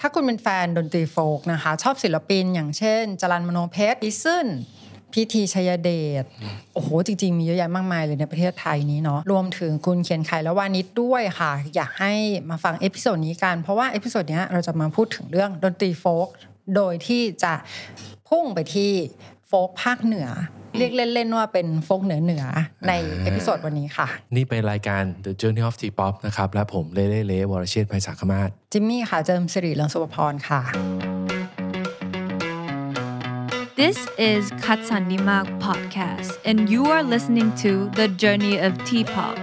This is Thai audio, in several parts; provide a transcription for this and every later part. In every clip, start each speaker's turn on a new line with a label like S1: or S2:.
S1: ถ้าคุณเป็นแฟนดนตรีโฟล์กนะคะ ชอบศิลปินอย่างเช่น จรันมโนเพชรอีซึนพิธีชัยเดชโอ้โห จริง ๆ มีเยอะแยะมากมายเลยในประเทศไทยนี้เนาะรวมถึงคุณเขียนไขและวานิดด้วยค่ะ อยากให้มาฟังเอพิโซดนี้กัน เพราะว่าเอพิโซดเนี้ยเราจะมาพูดถึงเรื่องดนตรีโฟล์กโดยที่จะพุ่งไปที่โฟล์กภาคเหนือ เรียกเล่นๆว่าเป็นโฟล์กเหนือเหนือๆในเอพิโซดวันนี้ค่ะ
S2: นี่เป็นรายการ The Journey of T-pop นะครับ และผมเล่เล่เล่วรเชษฐ์ไพศาลคมาศ
S1: จิมมี่ค่ะเจิมสิริเลืองสุภพรค่ะ
S3: This is Katsandimak Podcast, and you are listening to The Journey of T-Pop.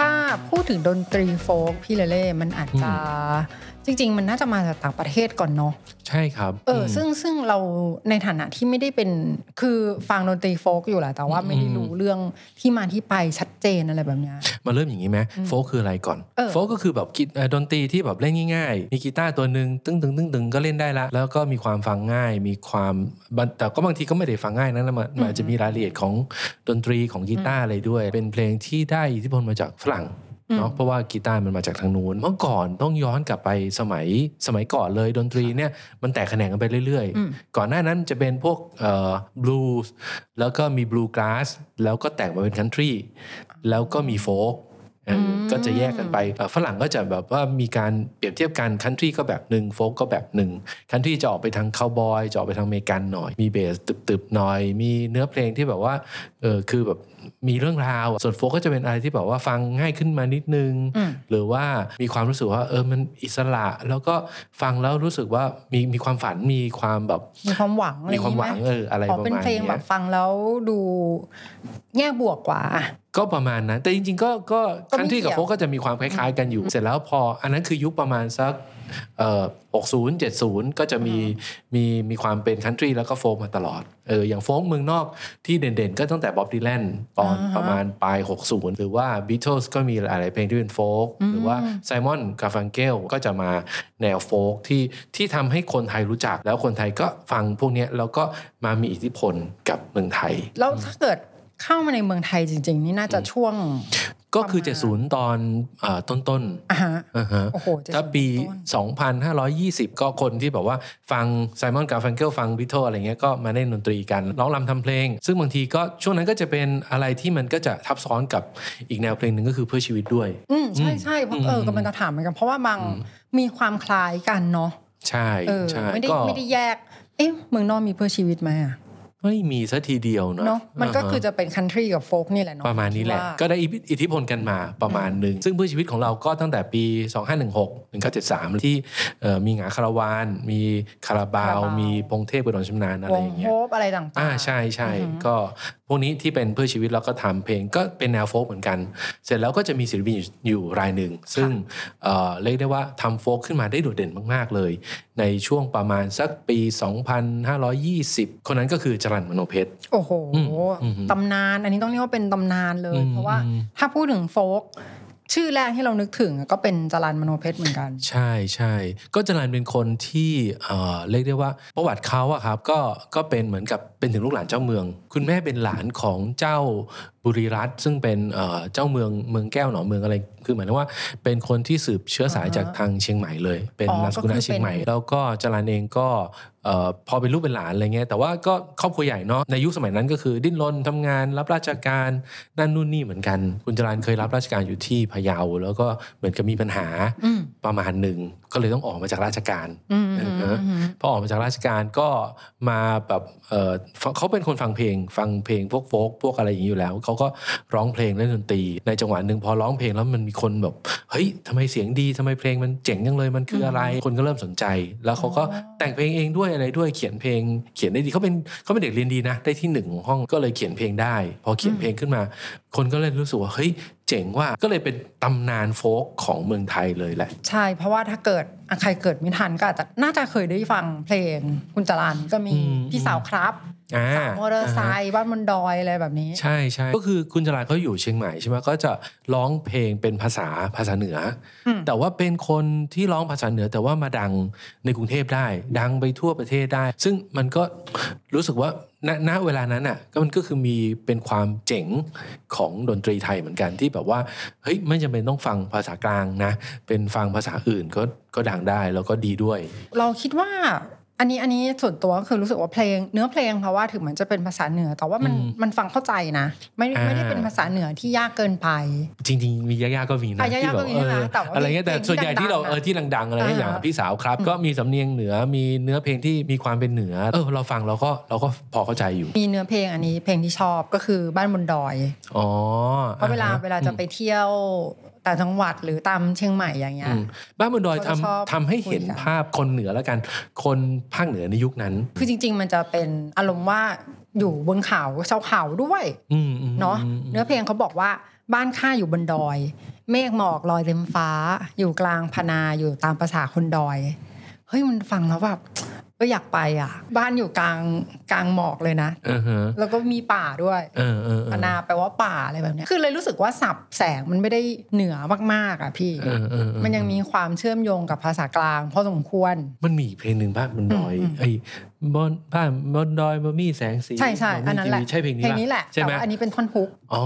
S1: ถ้าพูดถึงดนตรีโฟล์กพี่เลเล่มันอาจจะจริง ๆ มันน่าจะมาจากต่างประเทศก่อนเนาะ
S2: ใช่ครับ
S1: เอออ
S2: ม
S1: ซึ่งซึ่งเราในฐานะที่ไม่ได้เป็นคือฟังดนตรีโฟล์กอยู่แหละแต่ว่าไม่ได้
S2: อืม
S1: รู้เรื่องที่มาที่ไปชัดเจนอะไรแบบเนี้ย
S2: มาเริ่มอย่างนี้ไหมโฟกคืออะไรก่อน
S1: เออ
S2: โฟกก็คือแบบกีเอ่อดนตรีที่แบบเล่นง่ายๆ มีกีตาร์ตัวหนึ่งตึ้งตึ้งตึ้งตึ้งก็เล่นได้ละ แล้วก็มีความฟังง่าย มีความบันแต่ก็บางทีก็ไม่ได้ฟังง่ายนะมันมันอาจจะมีรายละเอียดของดนตรีของกีตาร์อะไรด้วย เป็นเพลงที่ได้อิทธิพลมาจากฝรั่งเนาะเพราะว่ากีตาร์มันมาจากทางนู้นเมื่อก่อนต้องย้อนกลับไปสมัยสมัยก่อนเลยดนตรีเนี่ยมันแตกแขนงกันไปเรื่อย ๆ ก่อนหน้านั้นจะเป็นพวกเอ่อบลูส์แล้วก็มีบลูกราสแล้วก็แตกมาเป็นคันทรีแล้วก็มีโฟก เออก็จะแยกกันไปเอ่อฝรั่งก็จะแบบว่ามีการเปรียบเทียบกันคันทรีก็แบบหนึ่งโฟกก็แบบหนึ่งคันทรีจะออกไปทางคาวบอยจะออกไปทางอเมริกันหน่อย มีเบสตึบๆหน่อย มีเนื้อเพลงที่แบบว่าเออคือแบบมีเรื่องราวอะส่วนโฟกก็จะเป็นอะไรที่แบบว่าฟังง่ายขึ้นมานิดนึง
S1: อืม
S2: หรือว่ามีความรู้สึกว่าเออมันอิสระ แล้วก็ฟังแล้วรู้สึกว่ามีมีความฝันมีความแบบ
S1: มีความหวังอะไรอ
S2: มี
S1: ย่าง
S2: ความ
S1: งี้ไหม
S2: หวังเอออะไร
S1: ขอ
S2: ประมาณ
S1: เป็นเพลง
S2: เนี้ย
S1: แบบฟังแล้วดูแง่บวกกว่า
S2: ก็ประมาณนั้น แต่จริงๆ ก็ก็
S1: ก็ไม่
S2: คันที่กั
S1: เกี่
S2: บ
S1: ยว
S2: โฟกก็จะมีความคล้ายๆกันอยู่ เสร็จแล้วพออันนั้นคือยุคประมาณสักเอ่อ60 70 ก็จะมีมีมีความเป็นคันทรีแล้วก็โฟกมาตลอดเอออย่างโฟกเมืองนอกที่เด่นๆ ก็ตั้งแต่บ๊อบดีแลนตอนประมาณปลาย 60 หรือว่า Beatles ก็มีหลายๆเพลงที่เป็นโฟกหรือว่าไซมอนกาฟังเกลก็จะมาแนวโฟกที่ที่ทำให้คนไทยรู้จัก แล้วคนไทยก็ฟังพวกเนี้ยแล้วก็มามีอิทธิพลกับเมืองไทย
S1: แล้วถ้าเกิดเข้ามาในเมืองไทยจริง ๆ นี่น่าจะช่วง
S2: ก็คือ 70 ตอนเอ่อต้นๆ
S1: อ่ะฮะ
S2: อ่าฮะ
S1: โอ้โหเจ็ดสิบ
S2: ถ้าปี
S1: ต้น
S2: 2,520 ก็คนที่แบบว่าฟังไซมอนกาฟังเกิลฟังบิทเทิลอะไรเงี้ยก็มาเล่นดนตรีกันร้องรำทำเพลง ซึ่งบางทีก็ช่วงนั้นก็จะเป็นอะไรที่มันก็จะทับซ้อนกับอีกแนวเพลงหนึ่งก็คือเพื่อชีวิตด้วย
S1: อืมใช่
S2: อืม
S1: ใช่เพราะเออ
S2: อืม
S1: กำลังจะถามเหมือนกันเพราะว่าบางมีความคล้ายกันเนาะ
S2: ใช่
S1: เออ
S2: ใช่
S1: ไม่ได้
S2: ก็
S1: ไม่ได้แยก เอ๊ะเมืองนอกมีเพื่อชีวิตไหมอะ
S2: ไม่มีซะทีเดียวเนาะ
S1: เนาะมันก็
S2: าฮะ
S1: คือจะเป็นคันทรีกับโฟกนี่แหละเนาะ
S2: ประมาณนี้แหละ
S1: ว่า
S2: ก็ได้อิทธิพลกันมาประมาณหนึ่ง ซึ่งเพื่อชีวิตของเราก็ตั้งแต่ปี 2516 1973 ที่เอ่อมีหงาคาราวาน มีคาราบาว มีพงเทพบุดรชำนาญอะไร
S1: ว
S2: อง ย่า
S1: โฮ
S2: งเงี้ย
S1: ปอะไรต่างๆ
S2: อ่าใช่ใช่ก็พวกนี้ที่เป็นเพื่อชีวิตแล้วก็ทำเพลงก็เป็นแนวโฟกเหมือนกัน เสร็จแล้วก็จะมีศิลปินอยู่อยู่รายหนึ่ง ซึ่งเอ่อเรียกได้ว่าทำโฟกขึ้นมาได้โดดเด่นมาก ๆ เลย ในช่วงประมาณสักปี 2520 คนนั้นก็คือจรัญมโนเพชร
S1: โอ้โห
S2: อืมอืม
S1: ตำนานอันนี้ต้องเรียกว่าเป็นตำนานเลย
S2: อืม
S1: เพราะว่า
S2: อืม
S1: ถ้าพูดถึงโฟกชื่อแรกที่เรานึกถึงอะก็เป็นจรันมโนเพชรเหมือนกัน
S2: ใช่ใช่ก็จรันเป็นคนที่เอ่อเรียกได้ว่าประวัติเขาอะครับก็ก็เป็นเหมือนกับเป็นถึงลูกหลานเจ้าเมือง คุณแม่เป็นหลานของเจ้าบุรีรัตน์ซึ่งเป็นเอ่อเจ้าเมืองเมืองแก้วหนองเมืองอะไรคือหมายถึงว่า เป็นคนที่สืบเชื้อสายจากทางเชียงใหม่เลย เป็
S1: อ๋อน
S2: นามสกุล
S1: ก็คือเป็น
S2: เชียงใหม่ แล้วก็จรันเองก็เอ่อพอเป็นลูกเป็นหลานอะไรเงี้ยแต่ว่าก็ครอบครัวใหญ่เนาะในยุคสมัยนั้นก็คือดิ้นรนทำงานรับราชการนั่นนู่นนี่เหมือนกัน คุณจรันเคยรับราชการอยู่ที่พะเยาแล้วก็เหมือนกับมีปัญหา
S1: อืม
S2: ประมาณหนึ่งก็เลยต้องออกมาจากราชการ
S1: อืม
S2: เอ
S1: อืม
S2: อ
S1: อืม
S2: พอออกมาจากราชการก็มาแบบเอ่อฟังเขาเป็นคนฟังเพลง ฟังเพลงพวกโฟกพวกอะไรอย่างนี้อยู่แล้ว เขาก็ร้องเพลงเล่นดนตรี ในจังหวะหนึ่งพอร้องเพลงแล้วมันมีคนแบบเฮ้ยทำไมเสียงดีทำไมเพลงมันเจ๋งจังเลยมันคืออะไร คนก็เริ่มสนใจ แล้วเขาก็แต่งเพลงเองด้วยอะไรด้วยเขียนเพลง เขียนได้ดีเขาเป็นเขาเป็นเด็กเรียนดีนะได้ที่หนึ่งของห้องก็เลยเขียนเพลงได้ พอเขียนเพลงขึ้นมา คนก็เลยรู้สึกว่าเฮ้ยเจ๋งว่าก็เลยเป็นตำนานโฟกของเมืองไทยเลยแหละ
S1: ใช่ เพราะว่าถ้าเกิดอ่ะใครเกิดไม่ทันก็อาจจะน่าจะเคยได้ฟังเพลงคุณจรันก็มี
S2: อืม
S1: พี่สาวครับ
S2: อ่าม
S1: อเตอร์ไซค์บ้านบนดอยอะไรแบบนี้
S2: ใช่ใช่ก็คือคุณจราเขาอยู่เชียงใหม่ใช่ไหมก็จะร้องเพลงเป็นภาษาภาษาเหนืออ
S1: ม
S2: แต่ว่าเป็นคนที่ร้องภาษาเหนือแต่ว่ามาดังในกรุงเทพได้ ดังไปทั่วประเทศได้ ซึ่งมันก็รู้สึกว่าณณเวลานั้นอ่ะก็มันก็คือมีเป็นความเจ๋งของดนตรีไทยเหมือนกันที่แบบว่าเฮ้ยไม่จำเป็นต้องฟังภาษากลางนะ เป็นฟังภาษาอื่นก็ก็ดังได้แล้วก็ดีด้วย
S1: เราคิดว่าอันนี้อันนี้ส่วนตัวก็คือรู้สึกว่าเพลง เนื้อเพลงเพราะว่าถึงมันจะเป็นภาษาเหนือ แต่ว่ามัน
S2: อืม
S1: มันฟังเข้าใจนะ ไม่
S2: อ่า
S1: ไม่ได้เป็นภาษาเหนือที่ยากเกินไป
S2: จริงๆมียากๆก็มีนะ
S1: อ่ะยากๆก็
S2: ที่แบบ
S1: มี
S2: เอ
S1: นะ
S2: อ
S1: แต่ว่า
S2: อะไรเงี้ย
S1: เพล
S2: แต่
S1: งที่
S2: ส่วนใหญ่ที่เรา
S1: ดังๆ
S2: เออที่ดังๆอะไร
S1: อ่า
S2: อย่างพี่สาวครับ ก็มีสำเนียงเหนือมีเนื้อเพลงที่มีความเป็นเหนือเออเราฟังเราก็เราก็พอเข้าใจอยู่
S1: มีเนื้อเพลงอันนี้เพลงที่ชอบก็คือบ้านบนดอย
S2: อ๋อ
S1: เพราะเวลา
S2: อ่ฮ
S1: เวลาจะไปเที่ยวต่างจังหวัดหรือตามเชียงใหม่อย่างเงี้ย
S2: อืมบ้านบนดอย
S1: เขาจะชอบ
S2: ทำทำให้เห็น
S1: คุยกัน
S2: ภาพคนเหนือแล้วกัน คนภาคเหนือในยุคนั้น
S1: คือจริง ๆ มันจะเป็นอารมณ์ว่าอยู่บนเขาชาวเขาด้วย
S2: อืมอืม
S1: เนาะ
S2: มม
S1: เนื้อเพลงเขาบอกว่าบ้านข้าอยู่บนดอย เมฆหมอกลอยเต็มฟ้า อยู่กลางพนาอยู่ตามภาษาคนดอยเฮ้ยมันฟังแล้วแบบก็อยากไปอ่ะ บ้านอยู่กลางกลางหมอกเลยนะ
S2: เออฮะ
S1: แล้วก็มีป่าด้วย
S2: เออเออเอ
S1: พ
S2: อ
S1: นาแปลว่าป่าอะไรแบบเนี้ยคือเลยรู้สึกว่าสับแสงมันไม่ได้เหนือมากๆอ่ะพี่
S2: เออเออเออ
S1: มันยังมีความเชื่อมโยงกับภาษากลางพอสมควร
S2: มันมีอีกเพลงหนึ่งบ้านบนดอย
S1: อืมอืม
S2: ไอ้บนบ้านบนดอยบะมี่แสงสี
S1: ใช่ใช่
S2: บ่มี
S1: อันนั้นแหละ
S2: ทีวีใช่เพลงนี้
S1: เพลงนี้แหละ
S2: ใช่
S1: แต่
S2: ไหม
S1: ว่าอันนี้เป็นท่อนฮุก
S2: อ๋อ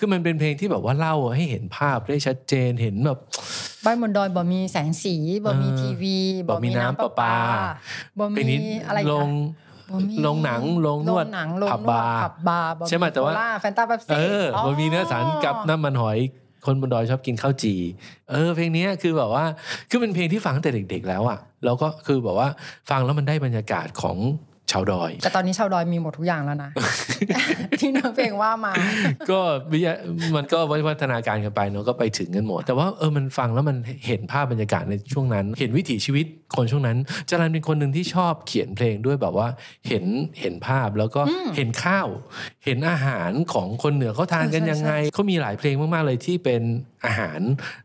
S2: คือมันเป็นเพลงที่แบบว่าเล่าให้เห็นภาพได้ชัดเจน เห็นแบบ
S1: บ้านบนดอยบ่มีแสงสีบ่มี
S2: เออ
S1: ทีวี
S2: บ่มีน้ำประปา
S1: บ่
S2: เพลง
S1: มี
S2: นี้
S1: อะไรอีก
S2: ล
S1: นะ
S2: ง
S1: บ่มี
S2: ลงหนังลงนวด
S1: โรงหนังโรงนวด
S2: ผั
S1: ผั
S2: บบ บบา
S1: บา
S2: ร์
S1: ร์ผับบาร์
S2: ใช่ไหมแต่ว่า
S1: แฟนตาเป๊ปซี่
S2: เอออมันมีเนื้อสารกับน้ำมันหอย คนบนดอยชอบกินข้าวจี เออ เพลงเนี้ยคือแบบว่า คือเป็นเพลงที่ฟังตั้งแต่เด็ก ๆ แล้วอะแล้วก็คือแบบว่าฟังแล้วมันได้บรรยากาศของชาวดอย
S1: แต่ตอนนี้ชาวดอยมีหมดทุกอย่างแล้ว นะ ที่นักเพลงว่ามา
S2: ก็วิทยามันก็วิวัฒนาการกันไปเนาะก็ไปถึงกันหมด แต่ว่าเออมันฟังแล้วมันเห็นภาพบรรยากาศในช่วงนั้น เห็นวิถีชีวิตคนช่วงนั้นจารันเป็นคนหนึ่งที่ชอบเขียนเพลงด้วยแบบว่าเห็นเห็นภาพแล้วก็เห็นข้าว เห็นอาหารของคนเหนือเขาทานกัน
S1: เออใช่
S2: ยังไงเขามีหลายเพลงมากๆเลยที่เป็นอาหาร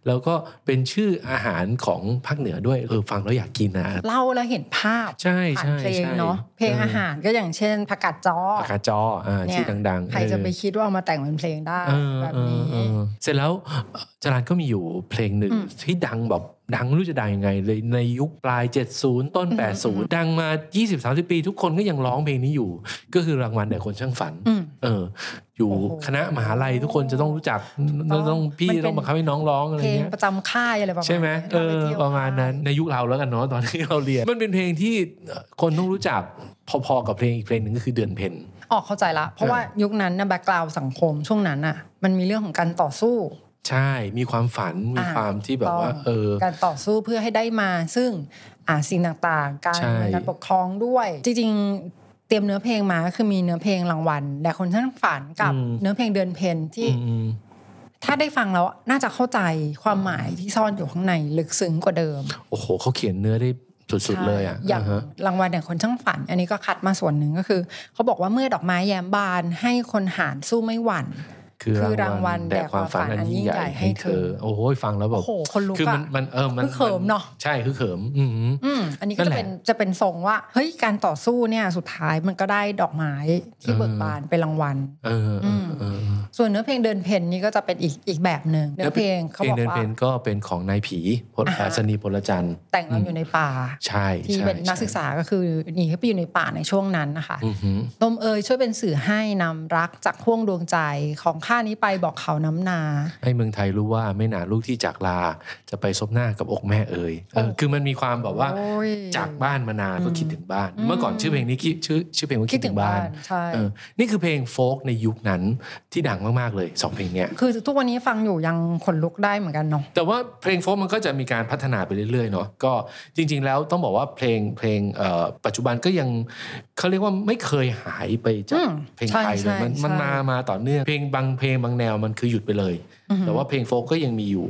S2: แล้วก็เป็นชื่ออาหารของภาคเหนือด้วยเออฟังแล้วอยากกินนะ
S1: เล่าแล้วเห็นภาพ
S2: ใช่
S1: ผ่านเพ
S2: ใช่
S1: ลง
S2: ใช่
S1: เนาะเพลงอาหารก็อย่างเช่นผักกาดจ้อ
S2: ปากกาจออ่า
S1: เนี่
S2: ชื่อดังๆ
S1: ใครจะไป
S2: เออ
S1: คิดว่าเอามาแต่งเป็นเพลงได้
S2: เออ
S1: แบบ
S2: เออ
S1: นี้
S2: เออเสร็จแล้วเอ่อจรันก็มีอยู่เพลงหนึ่ง
S1: อืม
S2: ที่ดังแบบดังไม่รู้จะดังยังไงเลยในยุคปลาย 70 ต้น
S1: อืมอืม
S2: 80 ดังมา 20-30 ปี ทุกคนก็ยังร้องเพลงนี้อยู่ ก็คือรางวัลแต่คนช่างฝัน
S1: อืม
S2: เออ อยู่
S1: โอ้โห
S2: คณะมหาลัยทุกคนจะต้องรู้จักต้องพี่
S1: มันเป็น
S2: ต้องบังคับให้น้องร้องอะไร
S1: เพลง
S2: เงี้ย
S1: ประจำค่ายอะไรประมาณ
S2: ใช่ไหม
S1: นี้
S2: เออ
S1: เที่ยว
S2: ประมาณนั้นในยุคเราแล้วกันเนาะตอนที่เราเรียน มันเป็นเพลงที่คนต้องรู้จักพอๆกับเพลงอีกเพลงหนึ่งก็คือเดือนเพ็ญ
S1: ออกเข้าใจละ เพราะว่ายุคนั้นนะแบ็กกราวสังคมช่วงนั้นอ่ะ มันมีเรื่องของการต่อสู้
S2: ใช่ มีความฝัน มี
S1: อ่ะ
S2: ความที่แบบว่า
S1: ต้อง
S2: เออ
S1: การต่อสู้เพื่อให้ได้มาซึ่งอ่าสิ่งต่างๆ การ
S2: ใช่
S1: การปกครองด้วย จริงๆ เตรียมเนื้อเพลงมาก็คือมีเนื้อเพลงรางวัลแต่คนช่างฝันกับเนื้อเพลงเดือนเพนที่
S2: อืม
S1: ถ้าได้ฟังแล้วน่าจะเข้าใจความหมายที่ซ่อนอยู่ข้างในลึกซึ้งกว่าเดิม
S2: โอ้โหเขาเขียนเนื้อได้สุด ๆ เลยอ่ะ
S1: ใช่อย่าง
S2: อ่าฮะ
S1: รางวัลแต่คนช่างฝัน อันนี้ก็คัดมาส่วนหนึ่งก็คือ เขาบอกว่าเมื่อดอกไม้แย้มบานให้คนหานสู้ไม่หวั่น
S2: คือ
S1: คื
S2: ราร
S1: อางงวั
S2: วัล
S1: ล
S2: แด่
S1: แด่
S2: ความฝันอันยิ่งใหญ่ให้เธอ
S1: ให้เธอ
S2: โอ้โหฟังแล้วแบบ
S1: โอ้โหคนลุก
S2: คือมั
S1: อะ
S2: นมันเออมัน
S1: คือเขิมเนอะ
S2: ใช่คือเขิม อืม
S1: อืมอันนี้ก็
S2: นั่
S1: จะ
S2: นแหละ
S1: เป็นจะเป็นทรงว่าเฮ้ยการต่อสู้เนี่ยสุดท้ายมันก็ได้ดอกไม้ที่
S2: เออ
S1: เบิกบานเป็นรางวัล
S2: เออเออเออ
S1: ส่วนเนื้อเพลงเดินเพนนี่ก็จะเป็นอีกอีกแบบหนึ่งเนื้อเพลงเขาบอก
S2: เดิน
S1: ว่า
S2: เพลงก็เป็นของนายผีพล
S1: อ่าฮะ
S2: สนีพลจันทร์
S1: แต่งเราอยู่ในป่า
S2: ใช่
S1: ที่
S2: ใช่
S1: เป็นนักศึกษาก็คือหนีเข้าไปอยู่ในป่าในช่วงนั้นนะคะ
S2: อือหือ
S1: ลมเอยช่วยเป็นสื่อให้นำรักจากห่วงดวงใจของข้านี้ไปบอกเขาน้ำนา
S2: ให้เมืองไทยรู้ว่าไม่นานลูกที่จากลาจะไปซบหน้ากับอกแม่เอ่ยเออ
S1: โอ้
S2: คือมันมีความแบบว่า
S1: โอ้ย
S2: จากบ้านมานานก็
S1: อืม
S2: คิดถึงบ้าน
S1: อืม
S2: เมื่อก่อนชื่อเพลงนี้คิดชื่อชื่อเพลงว่า
S1: คิ
S2: คิ
S1: ด
S2: ด
S1: ถึ
S2: ถึ
S1: ง
S2: ง
S1: บ้า
S2: บ้าน น
S1: ใช่
S2: เออนี่คือเพลงโฟกในยุคนั้นที่ดังมาก ๆ เลยสองเพลงเนี้ย
S1: คือทุกวันนี้ฟังอยู่ยังขนลุกได้เหมือนกันเนาะ
S2: แต่ว่าเพลงโฟกมันก็จะมีการพัฒนาไปเรื่อย ๆ เนาะก็จริง ๆ แล้วต้องบอกว่าเพลงเพลงเอ่อปัจจุบันก็ยังเขาเรียกว่าไม่เคยหายไปจา
S1: อื
S2: ก
S1: ม
S2: เพลง
S1: ใช่
S2: ไทยเลยมัน
S1: ใช่
S2: มัน
S1: ใช่
S2: มามาต่อเนื่องเพลงบางเพลงบางแนวมันคือหยุดไปเลย แต่ว่าเพลงโฟกก็ยังมีอยู่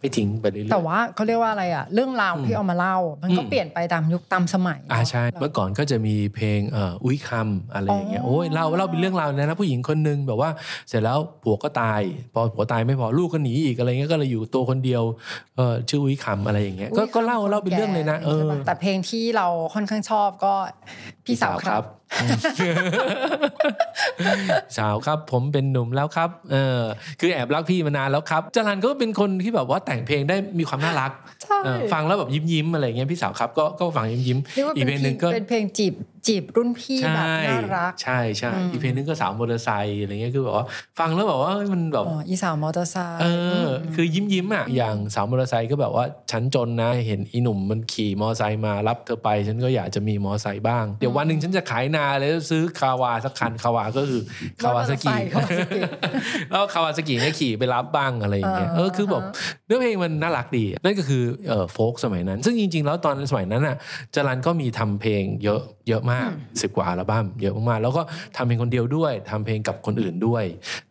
S2: ไม่ทิ้งไปเรื่อยๆ
S1: แต่ว่าเขาเรียกว่าอะไรอะเรื่องราวที่เอามาเล่า มันก็
S2: อืม
S1: เปลี่ยนไปตามยุคตามสมัย
S2: อ่าใช่
S1: เรา
S2: เมื่อก่อนก็จะมีเพลงเอ่ออุ้ยคำอะไรอย่างเงี้ย
S1: อ๋อ
S2: โอ้ยเล่าเล่าเป็นเรื่องราวเลยนะผู้หญิงคนนึงแบบว่าเสร็จแล้วผัวก็ตาย พอผัวตายไม่พอลูกก็หนีอีกอะไรเงี้ยก็เลยอยู่ตัวคนเดียวเออชื่ออุ้ยคำอะไรอย่างเงี้ยก็ก็เล่าเล่าเป็นเรื่องเลยนะเอ
S1: ใช่
S2: อ
S1: ปแต่เพลงที่เราค่อนข้างชอบก็พี่สาวครับ
S2: อืม สาวครับผมเป็นหนุ่มแล้วครับเออคือแอบรักพี่มานานแล้วครับจรันก็เป็นคนที่แบบว่าแต่งเพลงได้มีความน่ารัก
S1: ใช่
S2: เออฟังแล้วแบบยิ้มยิ้มๆอะไรเงี้ยพี่สาวครับก็ก็ฟังยิ้มยิ้ม
S1: เรียกว่า
S2: อีกเพลงหนึ่งก็
S1: เป็นเพลงจีบจีบรุ่นพี่แบบน่ารัก
S2: ใช่ใช่
S1: อืม
S2: อีกเพลงนึงก็สาวมอเตอร์ไซค์อะไรเงี้ยคือแบบว่า ฟังแล้วแบบว่าเฮ้ยมันแบบ
S1: อ๋ออีสาวมอเตอร์ไซค์
S2: เอออ คือยิ้มยิ้มๆอ่ะอย่างสาวมอเตอร์ไซค์ก็แบบว่าฉันจนนะเห็นอีหนุ่มมันขี่มอเตอร์ไซค์มารับเธอไป ฉันก็อยากจะมีมอเตอร์ไซค์บ้าง เดี๋ยววันหนึ่งฉันจะขายนาเลยแล้วซื้อคาวาสักคันคาวาก็คือคาวาซากิ
S1: มอเตอร์ไซค์ Kawasaki
S2: แล้วคาวาซากิเนี่ยขี่ไปรับบ้างอะไรอย่างเงี้ย
S1: อ่า
S2: เออคือแบบ
S1: อ่า
S2: เนื้อเพลงมันน่ารักดี นั่นก็คือเอ่อโฟกสมัยนั้น ซึ่งจริง ๆ แล้วตอนสมัยนั้นอ่ะจรันก็มีทำเพลงเยอะเยอะมากสิบกว่าอัลบั้มเยอะมากๆแล้วก็ทำเพลงคนเดียวด้วยทำเพลงกับคนอื่นด้วย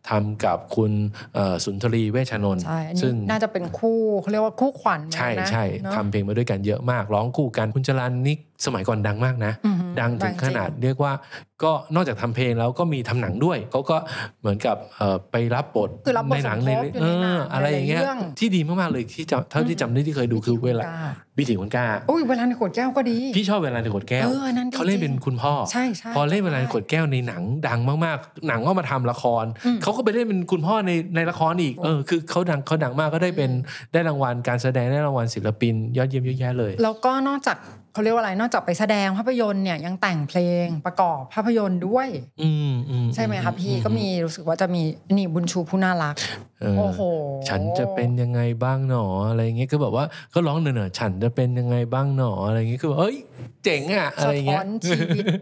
S2: ทำกับคุณเอ่อสุนทรีเวชานนท์
S1: ใช่อันนี้
S2: ซึ่ง
S1: น่าจะเป็นคู่เขาเรียกว่าคู่ขวัญเหมือน
S2: ใช่
S1: กันนะ
S2: ใช่
S1: เนอะ
S2: ทำเพลงมาด้วยกันเยอะมาก ร้องคู่กันคุณจรันนี่สมัยก่อนดังมากนะ
S1: อือหือ
S2: ดังถึงขนาดเรียกว่า ก็นอกจากทำเพลงแล้วก็มีทำหนังด้วยเขาก็เหมือนกับเอ่อไปรับบท
S1: คือรับบท
S2: ในหนัง
S1: สมทบ
S2: ใน
S1: อยู่
S2: เอ
S1: ในหนัง
S2: ออะไรอย่างเงี้ย
S1: หลายๆเรื่อง
S2: ที่ดีมากๆเลยที่จำเท่าที่จำได้ที่เคยดูคือเวลาวิถีคนกล้า
S1: อุ้ยเวลาในขวดแก้วก็ดี
S2: พี่ชอบเวลาในขวดแก้ว
S1: เอออันนั้นดี
S2: เขาเล่นเป็นคุณพ่อ
S1: ใช่ใช่
S2: พอเล่นเวลาในขวดแก้วในหนังดังมากๆ หนังก็มาทำละครเขาก็ไปเล่นเป็นคุณพ่อในในละครอีกเออคือเขาดังเขาดังมากก็ได้เป็นได้รางวัลการแสดงได้รางวัลศิลปิน ยอดเยี่ยมเยอะแยะเลย
S1: แล้วก็นอกจากเขาเรียกว่าอะไรนอกจากไปแสดงภาพยนตร์เนี่ยยังแต่งเพลงประกอบภาพยนตร์ด้วย
S2: อืมอื
S1: ใช่ไหมคะพี่ก็มีรู้สึกว่าจะมีนี่บุญชูผู้น่ารัก
S2: เออ
S1: โอ้โห
S2: ฉันจะเป็นยังไงบ้างหนออะไรเงี้ยก็แบบว่าก็ร้องเหนื่อยๆฉันจะเป็นยังไงบ้างหนออะไรเงี้ยคือแบบเอ้ยเจ๋งอ่ะอะไร
S1: สะท้
S2: เงี้
S1: อย นชีวิต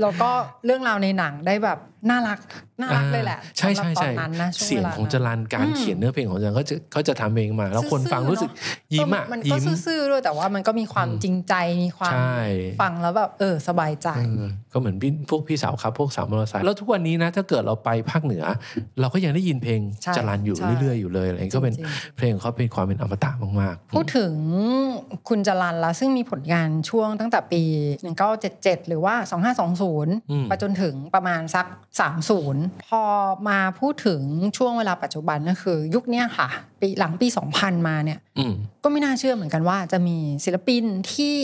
S1: แล้วก็เรื่องราวในหนังได้แบบน่ารักน่ารักเลยแหละ
S2: ใช่ใช่
S1: สำหรับตอน
S2: ใช่
S1: นั้นนะช่ว
S2: เสียง
S1: วลา
S2: ของจ
S1: นั้น
S2: รันการ
S1: อืม
S2: เขียนเนื้อเพลงของจรันเขาจะเขาจะทำเองมา แล้วคน
S1: ซื่อๆ
S2: ฟังรู้สึก
S1: เน
S2: ยิ้มอ่ะ
S1: มันก็
S2: ยิ้ม
S1: ซื่อๆด้วยแต่ว่ามันก็มีความจริงใจมีความ
S2: ใช่
S1: ฟังแล้วแบบเออสบายใจ
S2: เออก็เหมือนพี่พวกพี่สาวครับพวกสาวมอเตอร์ไซค์แล้วทุกวันนี้นะถ้าเกิดเราไปภาคเหนือ เราก็ยังได้ยินเพลง
S1: ใช่
S2: จรันอยู่
S1: ใช่
S2: เรื่อยๆอยู่เลยอะไรเงี้ยก็เป็น
S1: จริง
S2: เพลงของเขาเป็นความเป็นอมตะมากๆ
S1: พูดถึงคุณจรันละซึ่งมีผลงานช่วงตั้งแต่ปี 1977 หรือว่า
S2: อืม
S1: 2520 ไปจนถึงประมาณสัก 30 พอมาพูดถึงช่วงเวลาปัจจุบันก็คือ ยุคเนี้ยค่ะ ปีหลังปี 2000 มาเนี่ย
S2: อืม
S1: ก็ไม่น่าเชื่อเหมือนกันว่าจะมีศิลปินที่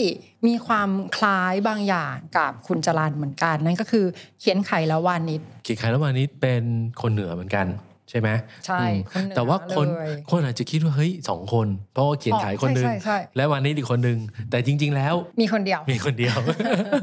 S1: มีความคล้ายบางอย่างกับคุณจรันเหมือนกัน นั่นก็คือเขียนไขและวานิด
S2: ขีดขายแล้ววันนี้เป็นคนเหนือเหมือนกันใช่ไหม
S1: ใช่
S2: อืม
S1: คนเหนือ
S2: แต่ว่าคน
S1: เลย
S2: คนอาจจะคิดว่าเฮ้ยสองคน เพราะว่าเขียนขายคนหนึง
S1: ใช่ใช่ใช่
S2: และวันนี้อีกคนหนึงแต่จริง ๆ แล้ว
S1: มีคนเดียว
S2: มีคนเดียว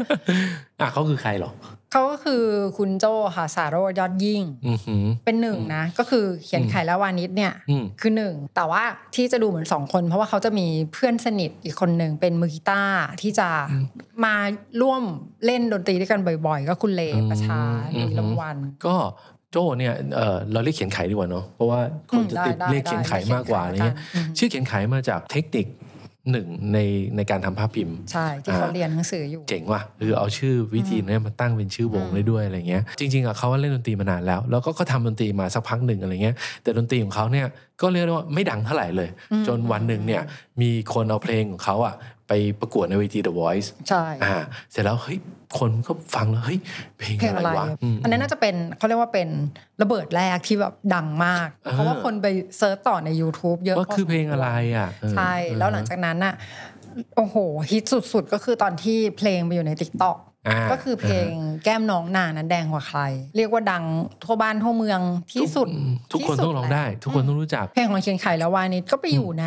S2: อ่ะเขาคือใครหรอ
S1: เขาก็คือคุณโจค่ะสาโรจน์ยอดยิ่ง
S2: อือหือ
S1: เป็นหนึ่งนะ ก็คือเขียน
S2: อืม
S1: ไขและวานิดเนี่ย
S2: อืม
S1: คือหนึ่งแต่ว่าที่จะดูเหมือนสองคน เพราะว่าเขาจะมีเพื่อนสนิทอีกคนหนึ่งเป็นมือกีตาร์ที่จะ
S2: อืม
S1: มาร่วมเล่นดนตรีด้วยกันบ่อยๆ ก็คุณเล
S2: อืม
S1: ประชา
S2: อืม
S1: ลุยลำวัน
S2: ก็โจ้เนี่ยเอ่อเราเรียกเขียนไขดีกว่าเนาะเพราะว่าคนจะ
S1: อืมได้
S2: ติด
S1: ได้
S2: เรียกเขียนไขมากกว่าอะไรเงี้ย
S1: ได้เขียนไขละกัน
S2: ชื่อเขียนไขมาจากเทคนิคหนึ่งในในการทำภาพพิมพ์
S1: ใช่ที่เขาเรียนหนังสืออยู่
S2: เจ๋งว่ะคือเอาชื่อวิธีเนี้มาตั้งเป็นชื่อวงได้ด้วยอะไรเงี้ย จริงๆอ่ะเขาเล่นดนตรีมานานแล้ว แล้วก็เขาทำดนตรีมาสักพักหนึ่งอะไรเงี้ย แต่ดนตรีของเขาเนี่ยก็เรียกได้ว่าไม่ดังเท่าไหร่เลย
S1: อืม
S2: จนวันหนึ่งเนี่ยมีคนเอาเพลงของเขาอ่ะไปประกวดในเวที The Voice
S1: ใช่
S2: อ่าเสร็จแล้วเฮ้ยคนก็ฟังแล้วเฮ้ยเพลง
S1: เพลง
S2: อะ
S1: อะไร ไร
S2: วะ
S1: อะ
S2: อืม
S1: อันนั้นน่าจะเป็นเขาเรียกว่าเป็นระเบิดแรกที่แบบดังมาก
S2: เออ
S1: เพราะว่าคนไปเซิร์ชต่อใน YouTube เยอะ
S2: ว่าคือเพลงอะไรอ่ะเออ
S1: ใช่แล้วหลังจากนั้นน่ะโอ้โหฮิตสุดๆ ก็คือตอนที่เพลงไปอยู่ใน t ิ k t o k
S2: า
S1: ก็คือเพลงแก้มน้องนานั้นแดงกว่าใคร เรียกว่าดังทั่วบ้านทั่วเมืองที่สุด
S2: อืมทุกคน
S1: สุ
S2: ต้องร้องได้ ทุกคนต้องรู้จัก
S1: เพลงของเขียนไข่และวานิดก็ไปอยู่ใน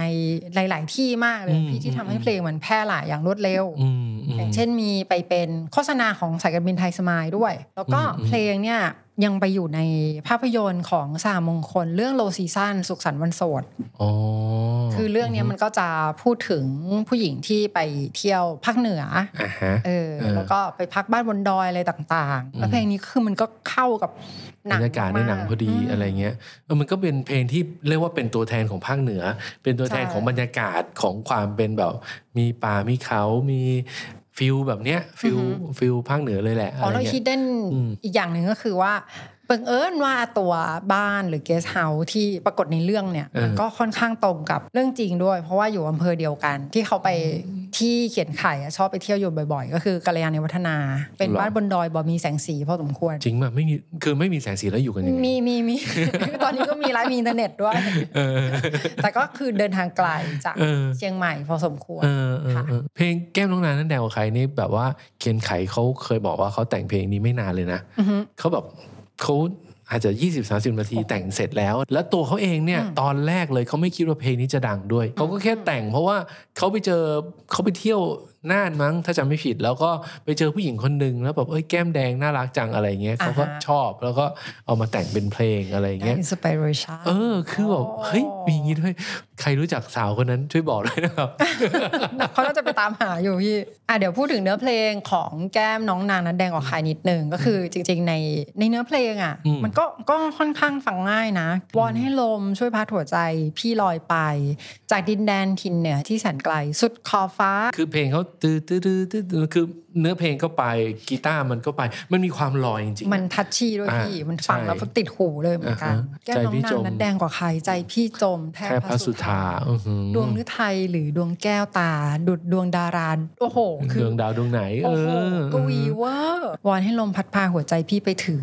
S1: หลาย ๆ ที่มากเลย
S2: อืม
S1: พี่ที่ทำให้
S2: อืม
S1: เพลงมันแพร่หลายอย่างรวดเร็ว
S2: อืมอืม
S1: อย่างเช่นมีไปเป็นโฆษณาของสายการบินไทยสมายด้วย แล้วก็
S2: อืมอืม
S1: เพลงเนี่ยยังไปอยู่ในภาพยนตร์ของสามมงคลเรื่องโลซีซันสุขสันต์วันโสด
S2: อ๋อ
S1: คือเรื่องเนี้ยมันก็จะพูดถึงผู้หญิงที่ไปเที่ยวภาคเหนือ
S2: อ่าฮะ
S1: เออ
S2: เออ
S1: แล้วก็ไปพักบ้านบนดอยอะไรต่างๆ
S2: อืม
S1: แล้วเพลงนี้คือมันก็เข้ากับบ
S2: รรยากาศในหนัง
S1: ม
S2: พอดี
S1: ม
S2: อะไรเงี้ยเออมันก็เป็นเพลงที่เรียกว่าเป็นตัวแทนของภาคเหนือ เป็นตัวแทน
S1: ใช่
S2: ของบรรยากาศของความเป็นแบบ มีป่ามีเขามีฟิลแบบเนี้ยฟิลฟิลภาคเหนือเลยแหละอะ
S1: อ๋อ
S2: ไร
S1: แล้ว
S2: เงี้
S1: คิด
S2: ย
S1: เด่น
S2: อืม
S1: อีกอย่างหนึ่งก็คือว่า บังเอิญว่าตัวบ้านหรือเกสเฮาส์ที่ปรากฏในเรื่องเนี่ย
S2: เออ
S1: มันก็ค่อนข้างตรงกับเรื่องจริงด้วย เพราะว่าอยู่อำเภอเดียวกัน ที่เขาไปที่เขียนไข่อะชอบไปเที่ยวอยู่บ่อยๆ ก็คือกัลยาณิวัฒนา เป็นบ้านบนดอยบ่มีแสงสีพอสมควร
S2: จริงป่ะไม่มีคือไม่มีแสงสีแล้วอยู่กันยังไง
S1: มีมีมี ตอนนี้ก็มีไลฟ์มีอินเทอร์เน็ตด้วย
S2: เออ
S1: แต่ก็คือเดินทางไกลจาก
S2: เออ
S1: เชียงใหม่พอสมควร
S2: เออเออ
S1: ค่ะ
S2: เออเพลงแก้มน้องนานนั่นแดวกับใครนี่แบบว่าเคียนไขเขาเคยบอกว่าเขาแต่งเพลงนี้ไม่นานเลยนะ
S1: อือฮึ
S2: เขาแบบเขาอาจจะ 20 30 นาทีแต่งเสร็จแล้ว แล้วตัวเขาเองเนี่ย
S1: อืม
S2: ตอนแรกเลยเขาไม่คิดว่าเพลงนี้จะดังด้วยเขาก็แค่แต่งเพราะว่าเขาไปเจอเขาไปเที่ยวน่านมั้งถ้าจำไม่ผิด แล้วก็ไปเจอผู้หญิงคนหนึ่งแล้วแบบเอ้ยแก้มแดงน่ารักจังอะไรเงี้ยเขาก็
S1: อ่าฮะ
S2: ชอบแล้วก็เอามาแต่งเป็นเพลงอะไรเงี้ย
S1: อินสปิเรชัน
S2: เออ คือแบบเฮ้ย มีอย่างงี้ด้วย ใครรู้จักสาวคนนั้นช่วยบอกด้วยนะครับ
S1: เขาน่าจะไปตามหาอยู่พี่ อ่ะเดี๋ยวพูดถึงเนื้อเพลงของแก้มน้องนางนัดแดงออกขายนิดนึงก็คือจริงๆในในเนื้อเพลงอ่ะ
S2: อืม
S1: มันก็ก็ค่อนข้างฟังง่ายนะ วอนให้ลมช่วยพัดหัวใจพี่ลอยไป จากดินแดนทินเหนือที่แสนไกล สุดขอบฟ้า
S2: คือเพลงเขาตื้อตื้อตื้อตื้อตื้อคือเนื้อเพลงก็ไปกีตาร์มันก็ไป มันมีความลอยจริงๆ
S1: มันทัชชี่ด้วยพี่
S2: อ่ะ
S1: มันฟัง
S2: ใช่
S1: แล้วก็ติดหูเลยเหมือนกัน
S2: อ่าฮะ
S1: แก้มน้อง
S2: ใจพี่
S1: นา
S2: จ
S1: ง
S2: ม
S1: นัดแดงกว่าใครใจพี่จมแทบ
S2: แค่
S1: พ
S2: พ
S1: ระ
S2: ระ
S1: สุ
S2: สุ
S1: ธา
S2: ธาอื้อหือ
S1: ดวงฤทัยหรือดวงแก้วตาดุดดวงดาราโอ้โหคือ
S2: ดวงดาวดวงไหน เอ
S1: โอ้โห
S2: อก
S1: วีเวอร์วอนให้ลมพัดพาหัวใจพี่ไปถึง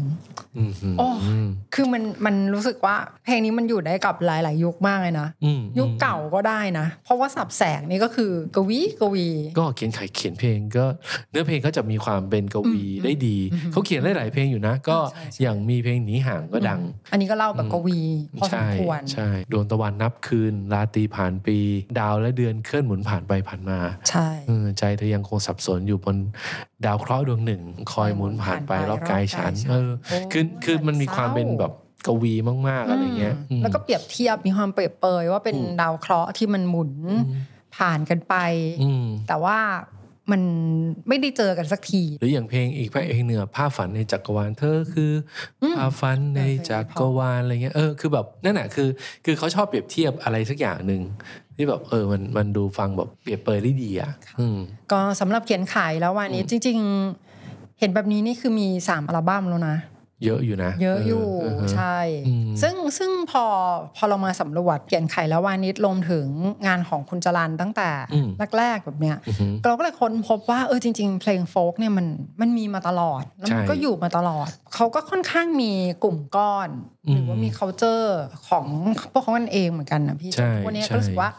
S2: อื้อหือ
S1: โอ้
S2: อืม
S1: คือมันมันรู้สึกว่าเพลงนี้มันอยู่ได้กับหลาย ๆ ยุคมากเลยนะ
S2: อืม
S1: ยุคเก่าก็ได้นะ เพราะว่าสับแสงนี่ก็คือกวีกวี
S2: ก็เขียนไขเขียนเพลงก็ เนื้อเพลงก็จะมีความเป็นกวี
S1: อืม
S2: ได้ดี
S1: อืม
S2: เขาเขียนได้หลายเพลงอยู่นะ ก็
S1: ใช่ใช่
S2: อย่างมีเพลงหนีห่างก็ดัง
S1: อันนี้ก็เล่าแบบกวีพอสม
S2: ใช่
S1: ควร
S2: ใช่ดวงตะวันนับคืน ราตรีผ่านปี ดาวและเดือนเคลื่อนหมุนผ่านไปผ่านมา
S1: ใช่
S2: เออใจเธอยังคงสับสนอยู่บนดาวเคราะห์ดวงหนึ่ง คอยหมุนผ่านไปรอบกายฉันเออ
S1: โย
S2: คือคือมันมีความเป็นแบบกวีมาก ๆ อะไรเงี้ย
S1: อืม
S2: อืม
S1: แล้วก็เปรียบเทียบมีความเปรียบเปยว่าเป็น
S2: อืม
S1: ดาวเคราะห์ที่มันหมุน
S2: อืม
S1: ผ่านกันไป
S2: อืม
S1: แต่ว่ามันไม่ได้เจอกันสักที
S2: หรืออย่างเพลงอีกเพลงเหนือภาพฝันในจักรวาลเธอคืออ
S1: ม
S2: ภาพฝันในจักรวาลอะไรเงี้ยเออคือแบบนั่นแหะคือ คือเขาชอบเปรียบเทียบอะไรสักอย่างหนึ่งที่แบบเออมันมันดูฟังแบบเปรียบเปรยได้ดีอ่ะ
S1: ค่ะ
S2: อืม
S1: ก็สำหรับเขียนขายแล้ววันนี้จริง ๆ เห็นแบบนี้นี่คือมี 3 อัลบั้มแล้วนะ
S2: เยอะอยู่นะ
S1: เยอะอยู่
S2: เออ
S1: ใช่
S2: อืม
S1: ซึ่งซึ่งพอพอเรามาสำรวจเขียนไขายแล้ววานิดรวมถึงงานของคุณจรันตั้งแต่แรกๆแบบเนี้ย
S2: เออเออ
S1: เราก็เลยค้นพบว่าเออจริง ๆ เพลงโฟกเนี่ยมันมันมีมาตลอด แล้วมัน
S2: ใช่
S1: ก็อยู่มาตลอด เขาก็ค่อนข้างมีกลุ่มก้อน
S2: อื
S1: ห
S2: ม
S1: รือว่ามี c u เจอร์ของพวกเขากันเองเหมือนกันนะพี่
S2: ใช่
S1: วันนี้
S2: ใช่
S1: ก็รู้สึกว่า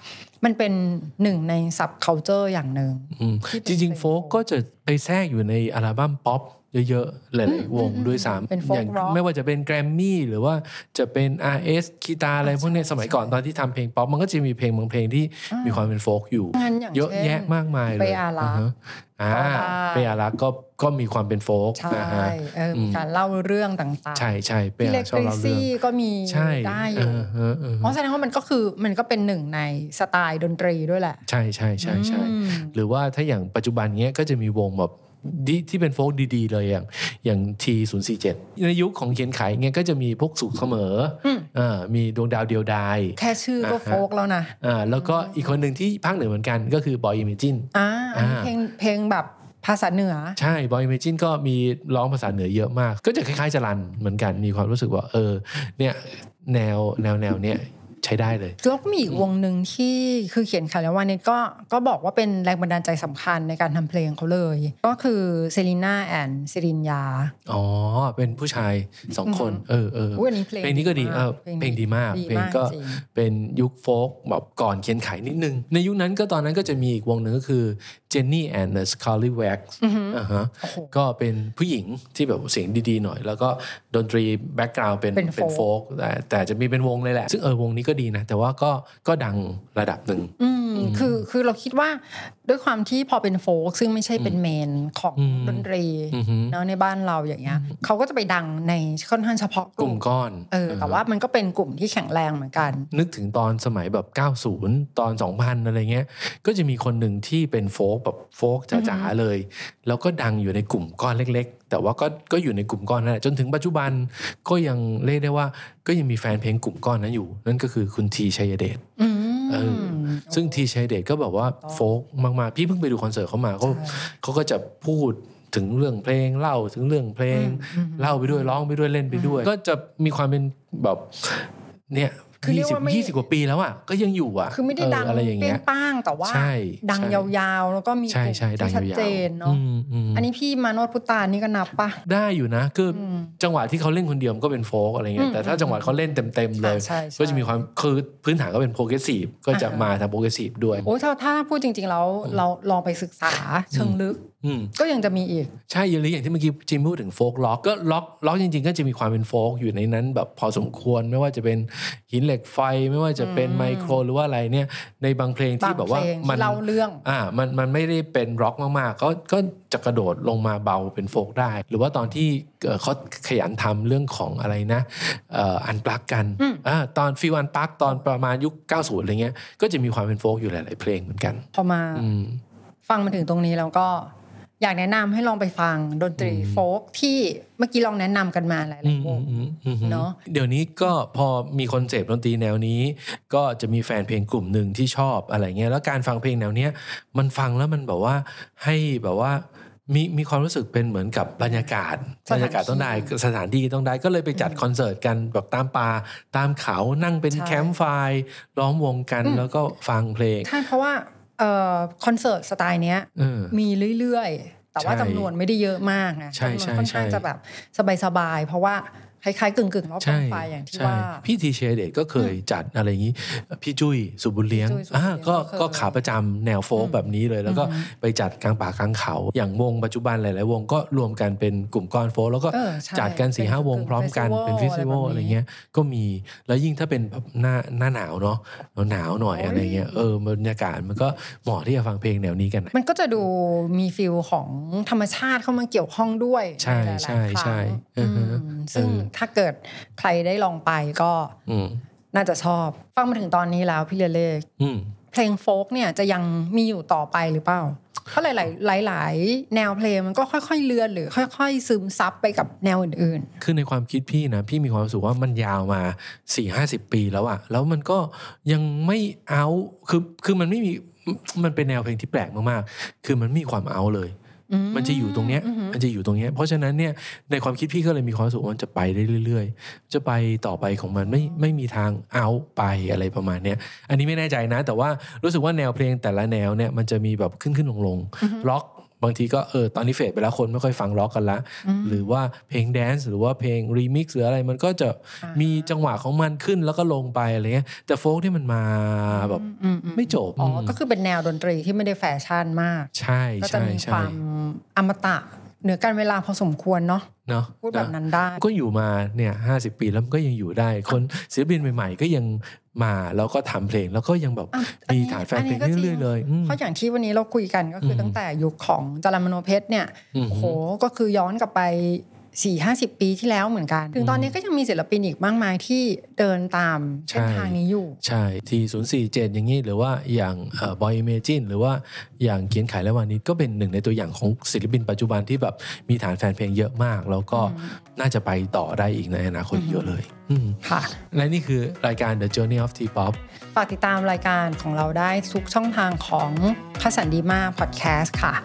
S1: มันเป็นหนึ่งในสับ c u เจอร์อย่างหนึ่ง
S2: อืม
S1: ที่เป็
S2: จ
S1: น
S2: ริ
S1: เพ
S2: ง
S1: ลง
S2: ๆ โฟกก็จะไปแทรกอยู่ในอัลบั้มป๊อปเยอะๆ หลายๆวงด้วยสาม
S1: เป็น
S2: อย่า
S1: folk rock
S2: ไม่ว่าจะเป็นแกรมมี่หรือว่าจะเป็น RS คีตาอะไรพวกเนี้ยสมัยก่อนตอนที่ทำเพลงป๊อป มันก็จะมีเพลงบางเพลงที่
S1: อ่ามี
S2: มีความเป็นโฟกอยู่
S1: งั้นอย่าง
S2: เยอะ
S1: ช่น
S2: แยะมากมายเลย
S1: เปอารักษ์
S2: อือฮะอ่า
S1: ก็ได้
S2: เปอารักษ์ก็ก็มีความเป็นโฟก
S1: ใช่
S2: นะฮะ
S1: เอออ
S2: ม
S1: มีการเล่าเรื่องต่างๆ
S2: ใช่ใช่เป
S1: พี่
S2: อารั
S1: เล็
S2: ก
S1: ก
S2: ษ์ชอบ
S1: กริ
S2: เล่าเรื่อง
S1: ซี่ก็มี
S2: ใช่
S1: ได้อ
S2: เอยู่ อเออเออ
S1: เพราะแสดงว่ามันก็คือมันก็เป็นหนึ่งในสไตล์ดนตรีด้วยแหละ
S2: ใช่ใช่ใช่ใช่
S1: อืม
S2: หรือว่าถ้าอย่างปัจจุบันเนี้ยก็จะมีวงแบบดีที่เป็นโฟกดีๆ เลยอย่างอย่าง T047 ในยุคของเขียนขายเงี้ยก็จะมีพวกสุขเสมออ
S1: ม
S2: อ่ามีดวงดาวเดียวดาย
S1: แค่ชื่อก็โฟกแล้วนะ
S2: อ่าแล้วก็อีกคนหนึ่งที่ภาคเหนือเหมือนกันก็คือบอยอิมเมจิน
S1: อ่าอันนี้
S2: อ่า
S1: เพลงเพลงแบบภาษาเหนือ
S2: ใช่บอยอิมเมจินก็มีร้องภาษาเหนือเยอะมาก ก็จะคล้ายๆจรันเหมือนกันมีความรู้สึกว่าเออเนี่ยแนวแนวแนวเนี้ยใช้ได้เลย
S1: แล้วก็มีอีกวงหนึ่งที่คือเขียนข่าวแล้ววันนี้ก็ก็บอกว่าเป็นแรงบันดาลใจสำคัญในการทำเพลงเขาเลย ก็คือเซรีน่าแอนเซรินยา
S2: อ๋อ เป็นผู้ชายสองคน
S1: อืม
S2: เออเออ
S1: อุ้ยอันนี้เพลง
S2: เพลงนี้ก็ดี
S1: มา
S2: เออเพลงดีมาก
S1: ดี
S2: เพลง
S1: มาก
S2: ก็
S1: จริง
S2: เป็นยุคโฟกแบบก่อนเขียนขายนิดนึง ในยุคนั้นก็ตอนนั้นก็จะมีอีกวงหนึ่งก็คือ Jenny and the Scully Wax
S1: อือหือ
S2: อ่าฮะ
S1: โอ้โห
S2: ก็เป็นผู้หญิงที่แบบเสียงดีๆหน่อย แล้วก็ดนตรีแบ็กกราวด์เป็น
S1: เป็น
S2: เป็นโฟกแต่แต่จะมีเป็นวงเลยแหละ ซึ่งเออวงนี้ก็ดีนะ แต่ว่าก็ก็ดังระดับหนึ่ง
S1: อืมคือคือเราคิดว่าด้วยความที่พอเป็นโฟล์กซึ่งไม่ใช่เป็นเมนของ
S2: อืม
S1: ดนตรี
S2: อือฮึ
S1: เนาะในบ้านเราอย่างเงี้ยเขาก็จะไปดังในค่อนข้างเฉพาะก
S2: ก
S1: ลุ่
S2: ลุ่
S1: ม
S2: มก้อน
S1: เออแต่ว่ามันก็เป็นกลุ่มที่แข็งแรงเหมือนกัน
S2: นึกถึงตอนสมัยแบบ 90 ตอน 2000 อะไรเงี้ย ก็จะมีคนหนึ่งที่เป็นโฟกแบบโฟกจ๋าๆเลย แล้วก็ดังอยู่ในกลุ่มก้อนเล็ก ๆ แต่ว่าก็ก็อยู่ในกลุ่มก้อนนั่นแหละจนถึงปัจจุบันก็ยังเรียกได้ว่าก็ยังมีแฟนเพลงกลุ่มก้อนนั้นอยู่ นั่นก็คือคุณทีชัยเดช
S1: อื
S2: เออ
S1: ม
S2: ซึ่งทีชัยเดชก็แบบว่า
S1: ถูกต้อง
S2: โฟกมากๆ พี่เพิ่งไปดูคอนเสิร์ตเขามาเขา
S1: ใช่
S2: เขาก็จะพูด ถึงเรื่องเพลงเล่าถึงเรื่องเพลง เล่าไปด้วยร้องไปด้วยเล่นไปด้วย ก็จะมีความเป็นแบบเนี่ย
S1: คือเรี
S2: ยี่
S1: ยก
S2: สิบ
S1: ว่าไม่
S2: ยี่สิบกว่าปีแล้วอ่ะก็ยังอยู่อ่ะ
S1: คือไม่ได้ดัง
S2: เอะไรอย่าง
S1: เปรี้
S2: เงี้
S1: ย
S2: ย
S1: งป้างแต่ว่า
S2: ใช่
S1: ดัง
S2: ใช่
S1: ยาวๆ แล้วก็มี
S2: ใช่ใช่ดัง
S1: ที่ชัด
S2: ยาวๆ
S1: เจนเนาะ
S2: อืมอืม
S1: อันนี้พี่มาโนดพุตานี่ก็นับปะ
S2: ได้อยู่นะคืออ
S1: ม
S2: จังหวะที่เขาเล่นคนเดียวมันก็เป็นโฟกอะไรเงี้
S1: อื
S2: ย
S1: ม
S2: แต่ถ้าจังหวะเขาเล่นเต็มๆเลย
S1: อ่าใช่ใช่
S2: ก็จะมีความคือพื้นฐานก็เป็นโปรเกรสซีฟก็จะ
S1: อ่าฮะ
S2: มาทางโปรเกรสซีฟด้วย
S1: โอ้ยถ้าถ้าพูดจริงๆแล้วเราลองไปศึกษาเชิงลึก
S2: อืม
S1: ก็ยังจะมีอีก
S2: ใช่หรืออย่างที่เมื่อกี้จิมพูดถึงโฟกล็อกก็ล็อกล็อกจริงๆ ก็จะมีความเป็นโฟกอยู่ในนั้นแบบพอสมควรไม่ว่าจะเป็นหินเหล็กไฟไม่ว่าจะเป็นไมโครหรือว่าอะไรเนี่ยในบางเพลง
S1: บา
S2: ที่
S1: ง
S2: แบบ
S1: เพ
S2: ว่า
S1: ลง
S2: มัน
S1: เล่าเรื่อง
S2: อ่ามันมันไม่ได้เป็นร็อกมากๆ ก็ก็จะกระโดดลงมาเบาเป็นโฟกได้ หรือว่าตอนที่เอ่อเขาขยันทำเรื่องของอะไรนะเอ่อันปลักกัน
S1: อืม
S2: อ่าตอนฟิวอันปลักตอนประมาณยุค 90 อะไรเงี้ยก็จะมีความเป็นโฟกอยู่หลาย ๆ เพลงเหมือนกัน
S1: พอมา
S2: อืม
S1: ฟังมาถึงตรงนี้แล้วก็ อยากแนะนำให้ลองไปฟังดนตรี
S2: อืม
S1: โฟกที่เมื่อกี้ลองแนะนำกันมาหลายๆวง
S2: อืมอืมอืม
S1: เนอะ
S2: เดี๋ยวนี้ก็พอมีคอนเซปต์ดนตรีแนวนี้ ก็จะมีแฟนเพลงกลุ่มหนึ่งที่ชอบอะไรเงี้ยแล้วการฟังเพลงแนวเนี้ยมันฟังแล้วมันแบบว่าให้แบบว่ามีมีความรู้สึกเป็นเหมือนกับบรรยากาศ
S1: สถาน
S2: บร
S1: ที่
S2: รยากาศต้องได้สถานที่ต้องได้ก็เลยไปจัดคอนเสิร์ตกันแบบตามป่าตามเขานั่งเป็น
S1: ใช่
S2: แคมป์ไฟร์ล้อมวงกัน
S1: อืม
S2: แล้วก็ฟังเพลง
S1: ใช่เพราะว่าเอ่อคอนเสิร์ตสไตล์เนี้ย
S2: เออ
S1: มีเรื่อยๆ แต่ว่า
S2: ใช่
S1: จำนวนไม่ได้เยอะมากนะ
S2: ใช่
S1: จำนวน
S2: ใช่
S1: ค่อนข้าง
S2: ใช่
S1: จะแบบสบายๆ เพราะว่าคล้ายๆกึ่งๆรอบกองไฟอย่างที่
S2: ใช่
S1: ว่า
S2: พี่ทีเชเดตก็เคยจัดอะไรอย่างนี้ พี่จุ้ยสุบุญเลี้ยง
S1: พี่จุ้ยสุบุญเลี้ยง
S2: อ่าก็
S1: ก็เคย
S2: ก็ขาประจำแนวโฟกแบบนี้เลย แล้วก็
S1: อือฮึ
S2: ไปจัดกลางป่ากลางเขา อย่างวงปัจจุบันหลาย ๆ วงก็รวมกันเป็นกลุ่มก้อนโฟกแล้วก็
S1: เออใช่
S2: จัดกันสี่ห้า
S1: เป็น
S2: วงพร้อมกันเป็นฟิส
S1: festival
S2: ติวัลอะไร
S1: อะไรแบบนี้
S2: เงี้ยก็มีแล้วยิ่งถ้าเป็นแบบหน้าหน้าหนาวเนาะหนาวหน่อย
S1: โอ้ย
S2: อะไรเงี้ยเออบรรยากาศมันก็เหมาะที่จะฟังเพลงแนวนี้กัน
S1: มันก็จะดูมีฟิลของธรรมชาติเข้ามาเกี่ยวข้องด้วย
S2: ใช่
S1: นหลายๆครั้ง
S2: ใช่ใช่อือฮึ
S1: อืมซึ่ง
S2: เออ
S1: ถ้าเกิดใครได้ลองไปก็
S2: อืม
S1: น่าจะชอบ ฟังมาถึงตอนนี้แล้วพี่เลเล่
S2: อืม
S1: เพลงโฟกเนี่ยจะยังมีอยู่ต่อไปหรือเปล่า เพราะหลายๆหลาย ๆ แนวเพลงมันก็ค่อยๆเลือนหรือค่อย ๆ ซึมซับไปกับแนวอื่น ๆ
S2: คือในความคิดพี่นะ พี่มีความรู้สึกว่ามันยาวมา4ี่ห้าสิบปีแล้วอะแล้วมันก็ยังไม่เอาคือคือมันไม่มีมันเป็นแนวเพลงที่แปลกมากๆ คือมันไม่มีความเอาเลย
S1: อื
S2: มันจะอยู่ตรงเนี้ย
S1: ม
S2: มันจะอยู่ตรงเนี้ยเพราะฉะนั้นเนี่ยในความคิดพี่ก็เลยมีความรู้สึกว่ามันจะไปได้เรื่อยๆ จะไปต่อไปของมันไม่ไม่มีทางเอาไปอะไรประมาณเนี้ยอันนี้ไม่แน่ใจนะ แต่ว่ารู้สึกว่าแนวเพลงแต่ละแนวเนี่ยมันจะมีแบบขึ้นขึ้นลงลงๆล็อกบางทีก็เออตอนนี้เฟดไปแล้วคนไม่ค่อยฟังล็อกกันละ หรือว่าเพลงแดนซ์หรือว่าเพลงรีมิกซ์หรืออะไรมันก็จะมีจังหวะของมันขึ้นแล้วก็ลงไปอะไรเงี้ยแต่โฟกที่ยมันมาแบบ
S1: อืมอืม
S2: ไม่จบ
S1: อ๋อ
S2: ม
S1: ก็คือเป็นแนวดนตรีที่ไม่ได้แฟชั่นมาก
S2: ใช่
S1: ก็จะ
S2: ใช่
S1: มีค
S2: ใช่
S1: วามอมตะ เหนือการเวลาพอสมควรเนาะ
S2: เนาะ
S1: พูดแบบนั้นได้
S2: ก็อยู่มาเนี่ยห้าสิปีแล้วมันก็ยังอยู่ได้ คนศิลปินใหม่ ๆ ก็ยังมาแล้วก็ทำเพลงแล้วก็ยังแบบ
S1: อ่ะอันนี้
S2: มีฐานแฟนเพ
S1: อัน
S2: ลง
S1: นี้ก็จริง
S2: เรื่อยๆเลยอืม
S1: เพราะอย่างที่วันนี้เราคุยกันก็คืออ
S2: ม
S1: ตั้งแต่ยุคของจารามโนเพชรเนี่ย
S2: อืม
S1: โอ้โหก็คือย้อนกลับไปสี่ห้าสิบปีที่แล้วเหมือนกัน ถึงตอนนี้ก็ยังมีศิลปินอีกมากมายที่เดินตาม
S2: ใช่
S1: เส้นทางนี้อยู่
S2: ใช่ที047 อย่างนี้หรือว่าอย่างบอยเมจินหรือว่าอย่างเขียนขายและวานิชก็เป็นหนึ่งในตัวอย่างของศิลปินปัจจุบันที่แบบมีฐานแฟนเพลงเยอะมาก แล้วก็น่าจะไปต่อได้อีกในอนาคตเยอะเลยอืม
S1: ค่ะ
S2: และนี่คือรายการ The Journey of T-pop
S1: ฝากติดตามรายการของเราได้ทุกช่องทางของพระสันดีมาพอดแคสต์ค่ะ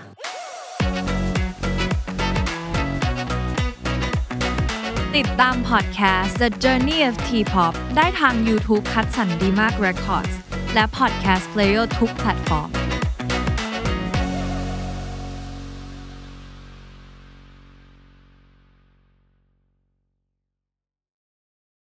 S3: ติดตามพอดแคสต์ The Journey of T-pop ได้ทาง YouTube คัดสันดีมาก Records และ Podcast Player ทุกแพลตฟอร์ม